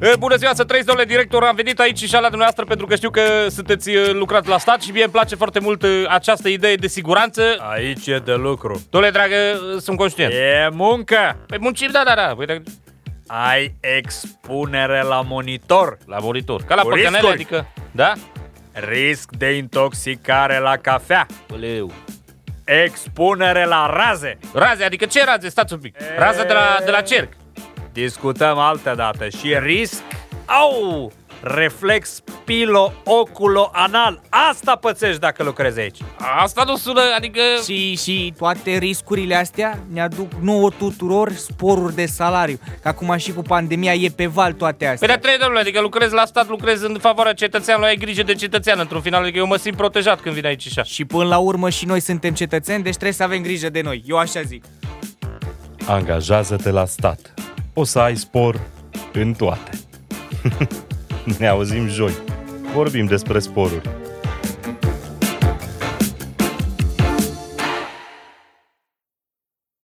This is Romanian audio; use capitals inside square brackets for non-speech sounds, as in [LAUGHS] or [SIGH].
E, Bună ziua, să trăiți, domnule director. Am venit aici și la dumneavoastră pentru că știu că sunteți e, lucrați la stat și mie îmi place foarte mult e, această idee de siguranță. Aici e de lucru. Domnule dragă, e, sunt conștient. E muncă! Păi muncim, da, da, da. Păi, da, Ai expunere la monitor, la monitor. Ca la Cu păcănele, riscuri. adică... Da? risc de intoxicare la cafea, Băleu. expunere la raze. Raze, adică ce raze? Stați un pic. Raze de la, de la cerc. Discutăm altă dată și risc au reflex pilo oculo anal. Asta pățești dacă lucrezi aici. Asta nu sună, adică... Și, și toate riscurile astea ne aduc nouă tuturor sporuri de salariu. Că acum și cu pandemia e pe val toate Păi astea. de trei domnule, adică lucrez la stat, lucrez în favoarea cetățeanului, ai grijă de cetățean într-un final, adică eu mă simt protejat când vin aici și așa. Și până la urmă și noi suntem cetățeni, deci trebuie să avem grijă de noi. Eu așa zic. Angajează-te la stat. O să ai spor [LAUGHS] în toate. ne auzim joi. Vorbim despre sporuri.